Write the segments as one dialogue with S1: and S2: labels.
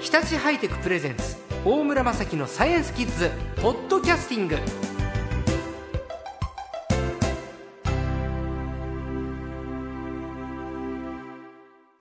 S1: 日立ハイテクプレゼンツ大村雅樹のサイエンスキッズポッドキャスティング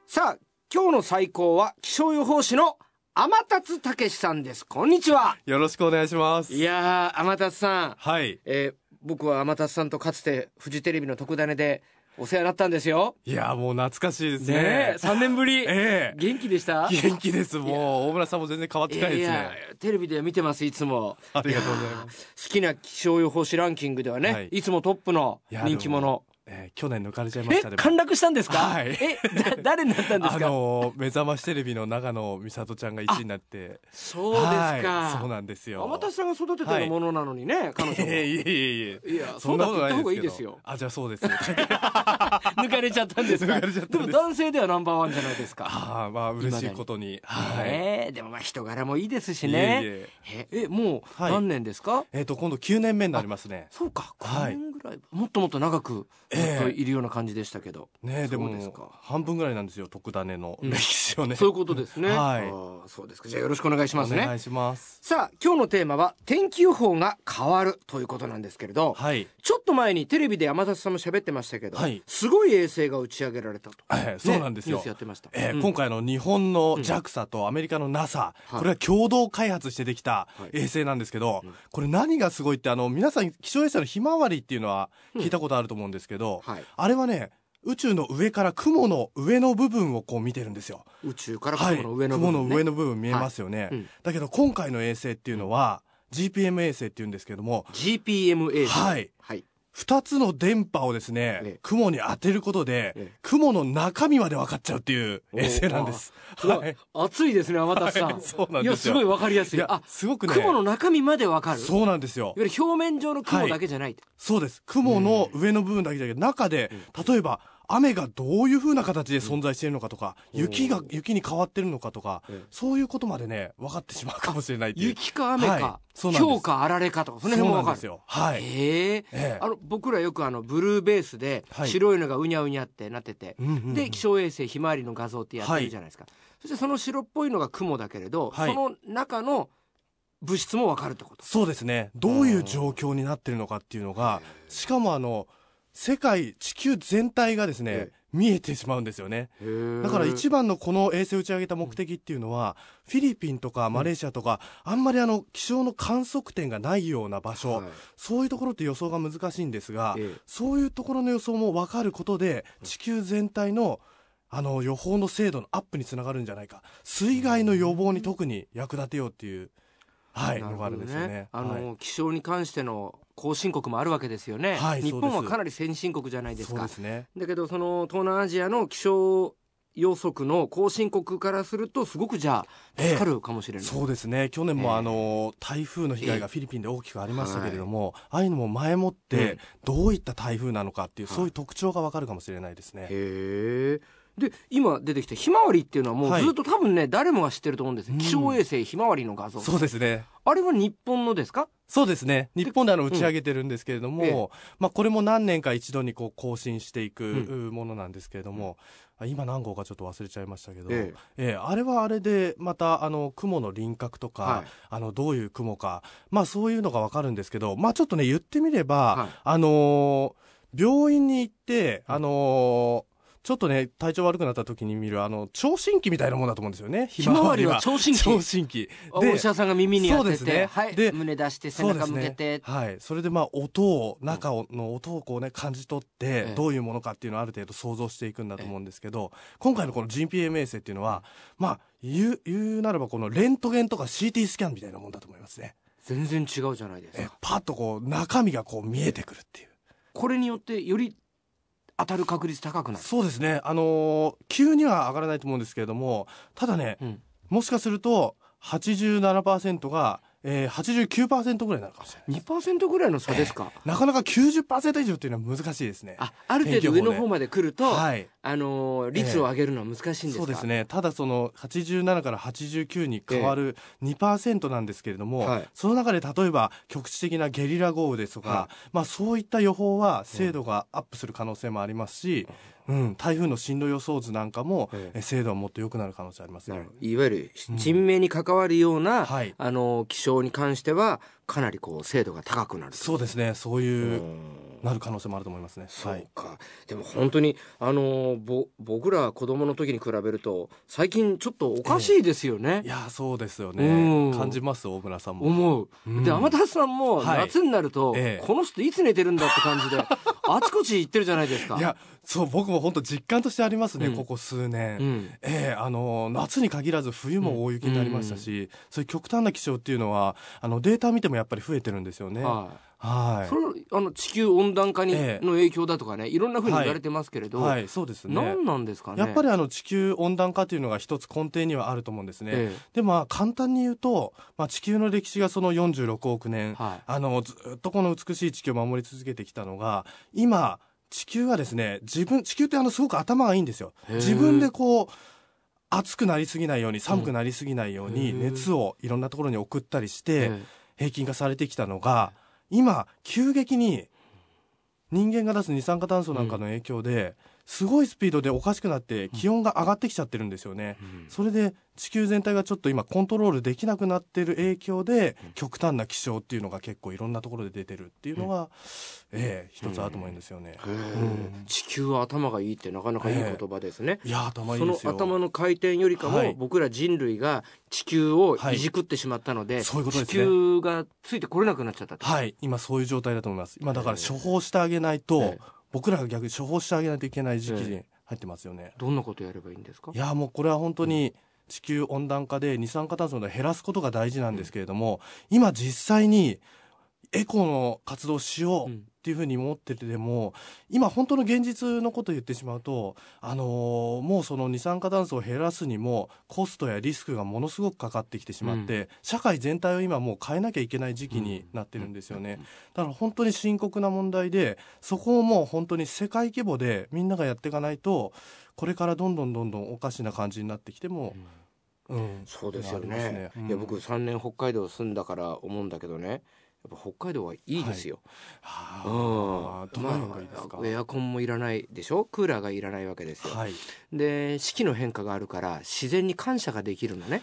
S1: さあ今日の最高は気象予報士の天達武さんですこんにちは
S2: よろしくお願いします
S1: いやー天達さん、
S2: はい
S1: えー僕は天達さんとかつてフジテレビの特ダネでお世話になったんですよ
S2: いやもう懐かしいですね
S1: ねえ3年ぶり
S2: ええ
S1: 元気でした
S2: 元気ですもう大村さんも全然変わってないです
S1: いや
S2: ね
S1: テレビで見てますいつも
S2: ありがとうございます
S1: 好きな気象予報士ランキングではね、
S2: はい
S1: い、つもトップの
S2: いや
S1: 人気
S2: で
S1: 者
S2: ええ去年抜かれちゃいま
S1: え
S2: したね
S1: 陥落したんですか、
S2: はい
S1: えだ誰になったんです
S2: あ
S1: か、
S2: のー目覚ましテレビの長野美里ちゃんが1位になって
S1: そうですか、
S2: はいそうなんですよ
S1: 天達さんが育ててるものなのにね、彼
S2: いや
S1: 女
S2: い
S1: も
S2: やいやいや
S1: いや
S2: そんなことないですけど
S1: そんなこと言った方がいいですよ
S2: あじゃあそう ですね
S1: 抜かれちゃったんですか
S2: 抜かれちゃったんです
S1: も男性ではナンバーワンじゃないですか
S2: ああまあ嬉しいことにはい、
S1: ねえでもまあ人柄もいいですし
S2: いえい
S1: ね
S2: え
S1: ええもう
S2: はい
S1: 何年ですか、
S2: えっ、と今度9年目になりますね
S1: そうか5
S2: はい
S1: 年ぐらい、もっともっと長くずっといるような感じでしたけど、
S2: ねえで
S1: そうです
S2: も
S1: か
S2: 半分ぐらいなんですよ特ダネの歴史をね、
S1: そういうことですね。
S2: はい
S1: あーそうですか。じゃあよろしくお願いします
S2: お願
S1: ね。
S2: いします
S1: さあ、今日のテーマは天気予報が変わるということなんですけれど、
S2: はい
S1: ちょっと前にテレビで山田さんも喋ってましたけど、
S2: はい
S1: すごい衛星が打ち上げられたと。
S2: ええそうなんです
S1: ねニ
S2: よ、
S1: ュースやってました。
S2: ええ
S1: うん
S2: 今回の日本の JAXA とアメリカの NASA、
S1: はい
S2: これは共同開発してできた
S1: はい
S2: 衛星なんですけど、これ何がすごいってあの皆さん気象衛星のひまわりっていうのは聞いたことあると思うんですけど、
S1: はい
S2: あれはね宇宙の上から雲の上の部分をこう見てるんですよ。
S1: 宇宙から雲の上の部
S2: 雲
S1: 分、ね
S2: の上の部分見えますよね、
S1: いうん
S2: だけど今回の衛星っていうのは GPM 衛星っていうんですけども
S1: GPM 衛星。
S2: はい
S1: はい。
S2: 2つの電波をですね、
S1: ええ
S2: 雲に当てることで、
S1: ええ
S2: 雲の中身まで分かっちゃうっていう衛星なんです。
S1: すごい、
S2: はい
S1: 熱いですね、天達さん。
S2: はいそうなんですよ
S1: いや、すごいわかりやすい。
S2: いや
S1: あ、
S2: すごくね
S1: 雲の中身までわかる。いわ
S2: そうなんですよ。
S1: ゆる表面上の雲だけじゃない。
S2: そうです。雲の上の部分だけじゃなくて、中で、例えば、雨がどういう風な形で存在しているのかとか、雪が、雪に変わってるのかとか
S1: ええ、
S2: そういうことまでね、分かってしまうかもしれないっていう。
S1: 雪か雨
S2: は
S1: か、
S2: いそうなんです
S1: 氷かあられかとか、その辺も
S2: そう
S1: わ
S2: な
S1: か
S2: んで
S1: る
S2: す。よ。はい。
S1: へえ
S2: ええ
S1: あの僕らよくあのブルーベースで
S2: はい
S1: 白いのがうにゃうにゃってなってて、
S2: うんうんうん
S1: で気象衛星ひまわりの画像ってやってるじゃないですか、そしてその白っぽいのが雲だけれど、
S2: はい
S1: その中の物質もわかるってこと
S2: そうですね。どういう状況になってるのかっていうのが、しかもあの、世界、地球全体がです
S1: え
S2: ね、見えてしまうんですよね。だ
S1: だ
S2: から一番のこの衛星打ち上げた目的っていうのは、フィリピンとかマレーシアとか、あんまりあの気象の観測点がないような場所、
S1: はい
S2: そういうところって予想が難しいんですが、
S1: ええ
S2: そういうところの予想も分かることで、地球全体のあの予報の精度のアップにつながるんじゃないか、水害の予防に特に役立てようっていう、はい、
S1: な
S2: の
S1: る
S2: があ
S1: ほ
S2: る
S1: ど
S2: んですよ
S1: ね
S2: ね。
S1: あの、
S2: はい
S1: 気象に関しての後進国もあるわけですよね、
S2: はい
S1: 日
S2: そ
S1: 本
S2: うで
S1: は
S2: す
S1: かなり先進国じゃないです
S2: そう
S1: か
S2: ですね。
S1: だけどその東南アジアの気象予測の後進国からするとすごくじゃあ助かるかもしれない、
S2: そうですね去年
S1: ええ
S2: もあの、台風の被害がフィリピンで大きくありましたけれども、ああいうのも前もってどういった台風なのかっていう、
S1: はい
S2: そういう特徴がわかるかもしれないですね。
S1: へえ。で今出てきたひまわりっていうのはも
S2: は
S1: う
S2: い
S1: ずっと多分ね誰もが知ってると思うんですよ
S2: うん
S1: 気象衛星ひまわりの画像
S2: そうですね
S1: あれは日本のですか
S2: そうですね日本であの打ち上げてるんですけれども、
S1: え
S2: まあ、これも何年か一度にこう更新していく
S1: う
S2: ものなんですけれども、あ今何号かちょっと忘れちゃいましたけど、
S1: え
S2: ええあれはあれでまたあの雲の輪郭とか、
S1: はい
S2: あのどういう雲か、まあ、そういうのがわかるんですけど、まあ、ちょっとね言ってみれば、
S1: はい
S2: あのー病院に行って、あのーちょっとね、体調悪くなった時に見る、あの、聴診器みたいなものだと思うんですよね。
S1: ひまわりは聴診器
S2: 聴診器。
S1: あお医者さんが耳に当て
S2: そ
S1: て、
S2: うですね
S1: はい
S2: で
S1: 胸出して背
S2: そうで
S1: 中
S2: す
S1: 向け
S2: ね
S1: て、
S2: はい。それでまあ音を、中をの音をこうね、感じ取って、
S1: え
S2: どういうものかっていうのをある程度想像していくんだと思うんですけど、今回のこの GPM 衛星っていうのは、まあ、言う、言うならばこのレントゲンとか CT スキャンみたいなもんだと思いますね。
S1: 全然違うじゃないです
S2: え
S1: か
S2: パッとこう、中身がこう見えてくるっていう。
S1: これによってより当たる確率高くなる
S2: そうですね。あのー急には上がらないと思うんですけれども、ただね、
S1: うん
S2: もしかすると、87%が、えー、89%ぐらいになるかもしれない。
S1: 2%ぐらいの差ですか、
S2: なかなか90%以上っていうのは難しいですね。
S1: あある程度上の
S2: 天気予報ね
S1: 方まで来ると、
S2: はい。
S1: あのー率を上げるのは難しいんですか、
S2: そうですね。ただその87から89に変わる2%なんですけれども、
S1: はい
S2: その中で例えば局地的なゲリラ豪雨ですとか、
S1: は
S2: まあそういった予報は精度がアップする可能性もありますし、うん、台風の進路予想図なんかも、
S1: ええ
S2: え精度はもっと良くなる可能性あります
S1: なる
S2: ね
S1: ほ。どいわゆる人命に関わるような、
S2: はい
S1: あの気象に関してはかなりこう精度が高くなる
S2: そうですね、そういう、
S1: うん
S2: なる可能性もあると思いますね。
S1: そ
S2: は
S1: う
S2: い。
S1: か、でも本当にあのぼ僕ら子供の時に比べると最近ちょっとおかしいですよね
S2: い、やー、そうですよ
S1: うん
S2: ね。感じます、大村さんも。
S1: 思う、
S2: うん
S1: で天達さんも
S2: はい
S1: 夏になると、
S2: ええ
S1: この人いつ寝てるんだって 感じであちこち行ってるじゃないですか
S2: いや、そう、僕も本当実感としてありますね、
S1: うん
S2: ここ数年。
S1: うん
S2: ええあの夏に限らず冬も大雪になりましたし、そういう極端な気象っていうのはあのデータ見てもやっぱり増えてるんですよね。は
S1: はい
S2: い。
S1: それあの地球温暖化に、
S2: ええ
S1: の影響だとかねいろんなふうに言われてますけれど、
S2: はい、そうですね。
S1: 何なんですかね
S2: やっぱりあの地球温暖化というのが一つ根底にはあると思うんですね。
S1: え
S2: でまあ簡単に言うと、まあ、地球の歴史がその46億年、
S1: はい
S2: あのずっとこの美しい地球を守り続けてきたのが今地球はですね自分地球ってあのすごく頭がいいんですよ。
S1: へー
S2: 自分でこう暑くなりすぎないように寒くなりすぎないように
S1: うん
S2: 熱をいろんなところに送ったりし
S1: え
S2: て
S1: え
S2: 平均化されてきたのが今急激に人間が出す二酸化炭素なんかの影響ですごいスピードでおかしくなって気温が上がってきちゃってるんですよね。
S1: うん
S2: それで地球全体がちょっと今コントロールできなくなってる影響で極端な気象っていうのが結構いろんなところで出てるっていうのが、ええ一つあると思うんですよね。
S1: へえ地球は頭がいいってなかなかいい言葉ですね、
S2: いやー頭い
S1: そ
S2: いで
S1: の
S2: すよ。
S1: 頭の回転よりかも、
S2: はい
S1: 僕ら人類が地球を
S2: はい
S1: いじくってしまったので,、
S2: そういうことですね
S1: 地球がついてこれなくなっちゃったって
S2: はい今そういう状態だと思います。今だから処方してあげないと、
S1: ええ
S2: 僕らが逆に処方してあげないといけない時期
S1: え
S2: に入ってますよね。
S1: どんなことやればいいんですか
S2: いやーもうこれは本当に地球温暖化で二酸化炭素を減らすことが大事なんですけれども、今実際にエコの活動をしよう
S1: うん
S2: っていうふうに思っててでも今本当の現実のことを言ってしまうと、あのーもうその二酸化炭素を減らすにもコストやリスクがものすごくかかってきてしまって、社会全体を今もう変えなきゃいけない時期になってるんですよね、だから本当に深刻な問題でそこをもう本当に世界規模でみんながやっていかないとこれからどんどんどんどんおかしな感じになってきても、うん
S1: そうですよね
S2: ありますねうん
S1: いや僕3年北海道住んだから思うんだけどねやっぱ北海道はいいですよ、
S2: は
S1: うん
S2: あどのようがいいですか、
S1: まあエアコンもいらないでしょクーラーがいらないわけですよ、
S2: はい
S1: で四季の変化があるから自然に感謝ができるのね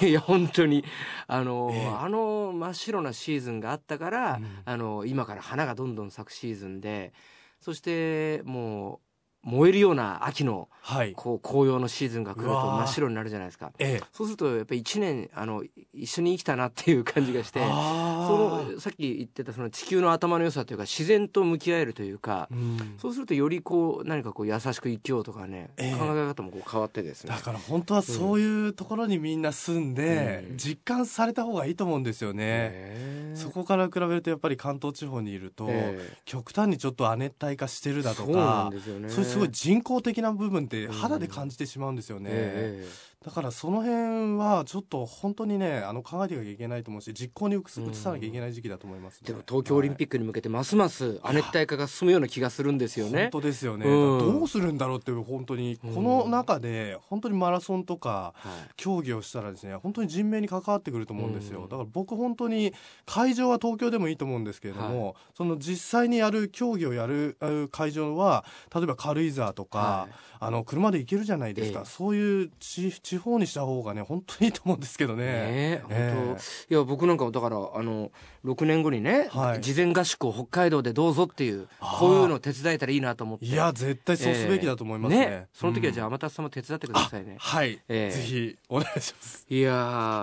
S1: でいや本当にあの、
S2: ええ
S1: あの真っ白なシーズンがあったから、
S2: うん
S1: あの今から花がどんどん咲くシーズンでそしてもう燃えるような秋の
S2: はい
S1: こう紅葉のシーズンが来ると
S2: うわー
S1: 真っ白になるじゃないですか
S2: ええ
S1: そうするとやっぱり1年あの一緒に生きたなっていう感じがしてそ
S2: あー
S1: のさっき言ってたその地球の頭の良さというか自然と向き合えるというか、
S2: うん
S1: そうするとよりこう何かこう優しく生きようとかね、
S2: ええ
S1: 考え方もこう変わってですね
S2: だ。から本当はそういうところにみんな住んで、
S1: うん
S2: 実感された方がいいと思うんですよね、
S1: ね
S2: そこから比べるとやっぱり関東地方にいると、
S1: え
S2: 極端にちょっと亜熱帯化してる
S1: え
S2: だと
S1: そうな
S2: か
S1: んですよね。
S2: そういうすごい人工的な部分って
S1: うん
S2: 肌で感じてしまうんですよね、
S1: え
S2: だからその辺はちょっと本当にねあの考えていかなきゃいけないと思うし実行に移す移さなきゃいけない時期だと思います、
S1: えでも東京オリンピ
S2: ッ
S1: ックに向けてますます亜熱帯化が進むような気がするんですよね。
S2: 本当ですよね、
S1: うん
S2: だからどうするんだろうっていう本当にこ
S1: うん
S2: の中で本当にマラソンとか
S1: はい
S2: 競技をしたらですね本当に人命に関わってくると思うんですよ、
S1: うん
S2: だから僕本当に会場は東京でもいいと思うんですけれども、その実際にやる競技をやるあの会場は例えば軽井沢とか、
S1: はい
S2: あの車で行けるじゃないですか、
S1: ええ
S2: そういう地地方にした方がね本当にいいと思うんですけどね。
S1: ねえ
S2: え
S1: 本当いや僕なんかもだからあの6年後にね、
S2: はい
S1: 事前合宿を北海道でどうぞっていう
S2: あー
S1: こういうのを手伝えたらいいなと思って
S2: いや絶対そうすべきだと思いますね。
S1: その時はじゃあ
S2: あ、
S1: 天達さんも手伝ってくださいね、
S2: はい、
S1: ええ
S2: ぜひお願いします。
S1: いや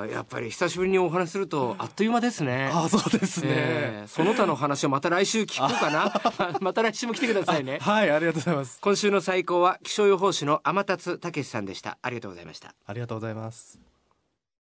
S1: ーやっぱり久しぶりにお話しするとあっという間ですね
S2: あそうですね。
S1: えーその他の話をまた来週聞こうか なまた来週も来てくださいね
S2: はいありがとうございます。
S1: 今週の最高は気象予報士の天達武さんでしたありがとうございました
S2: ありがとうございます。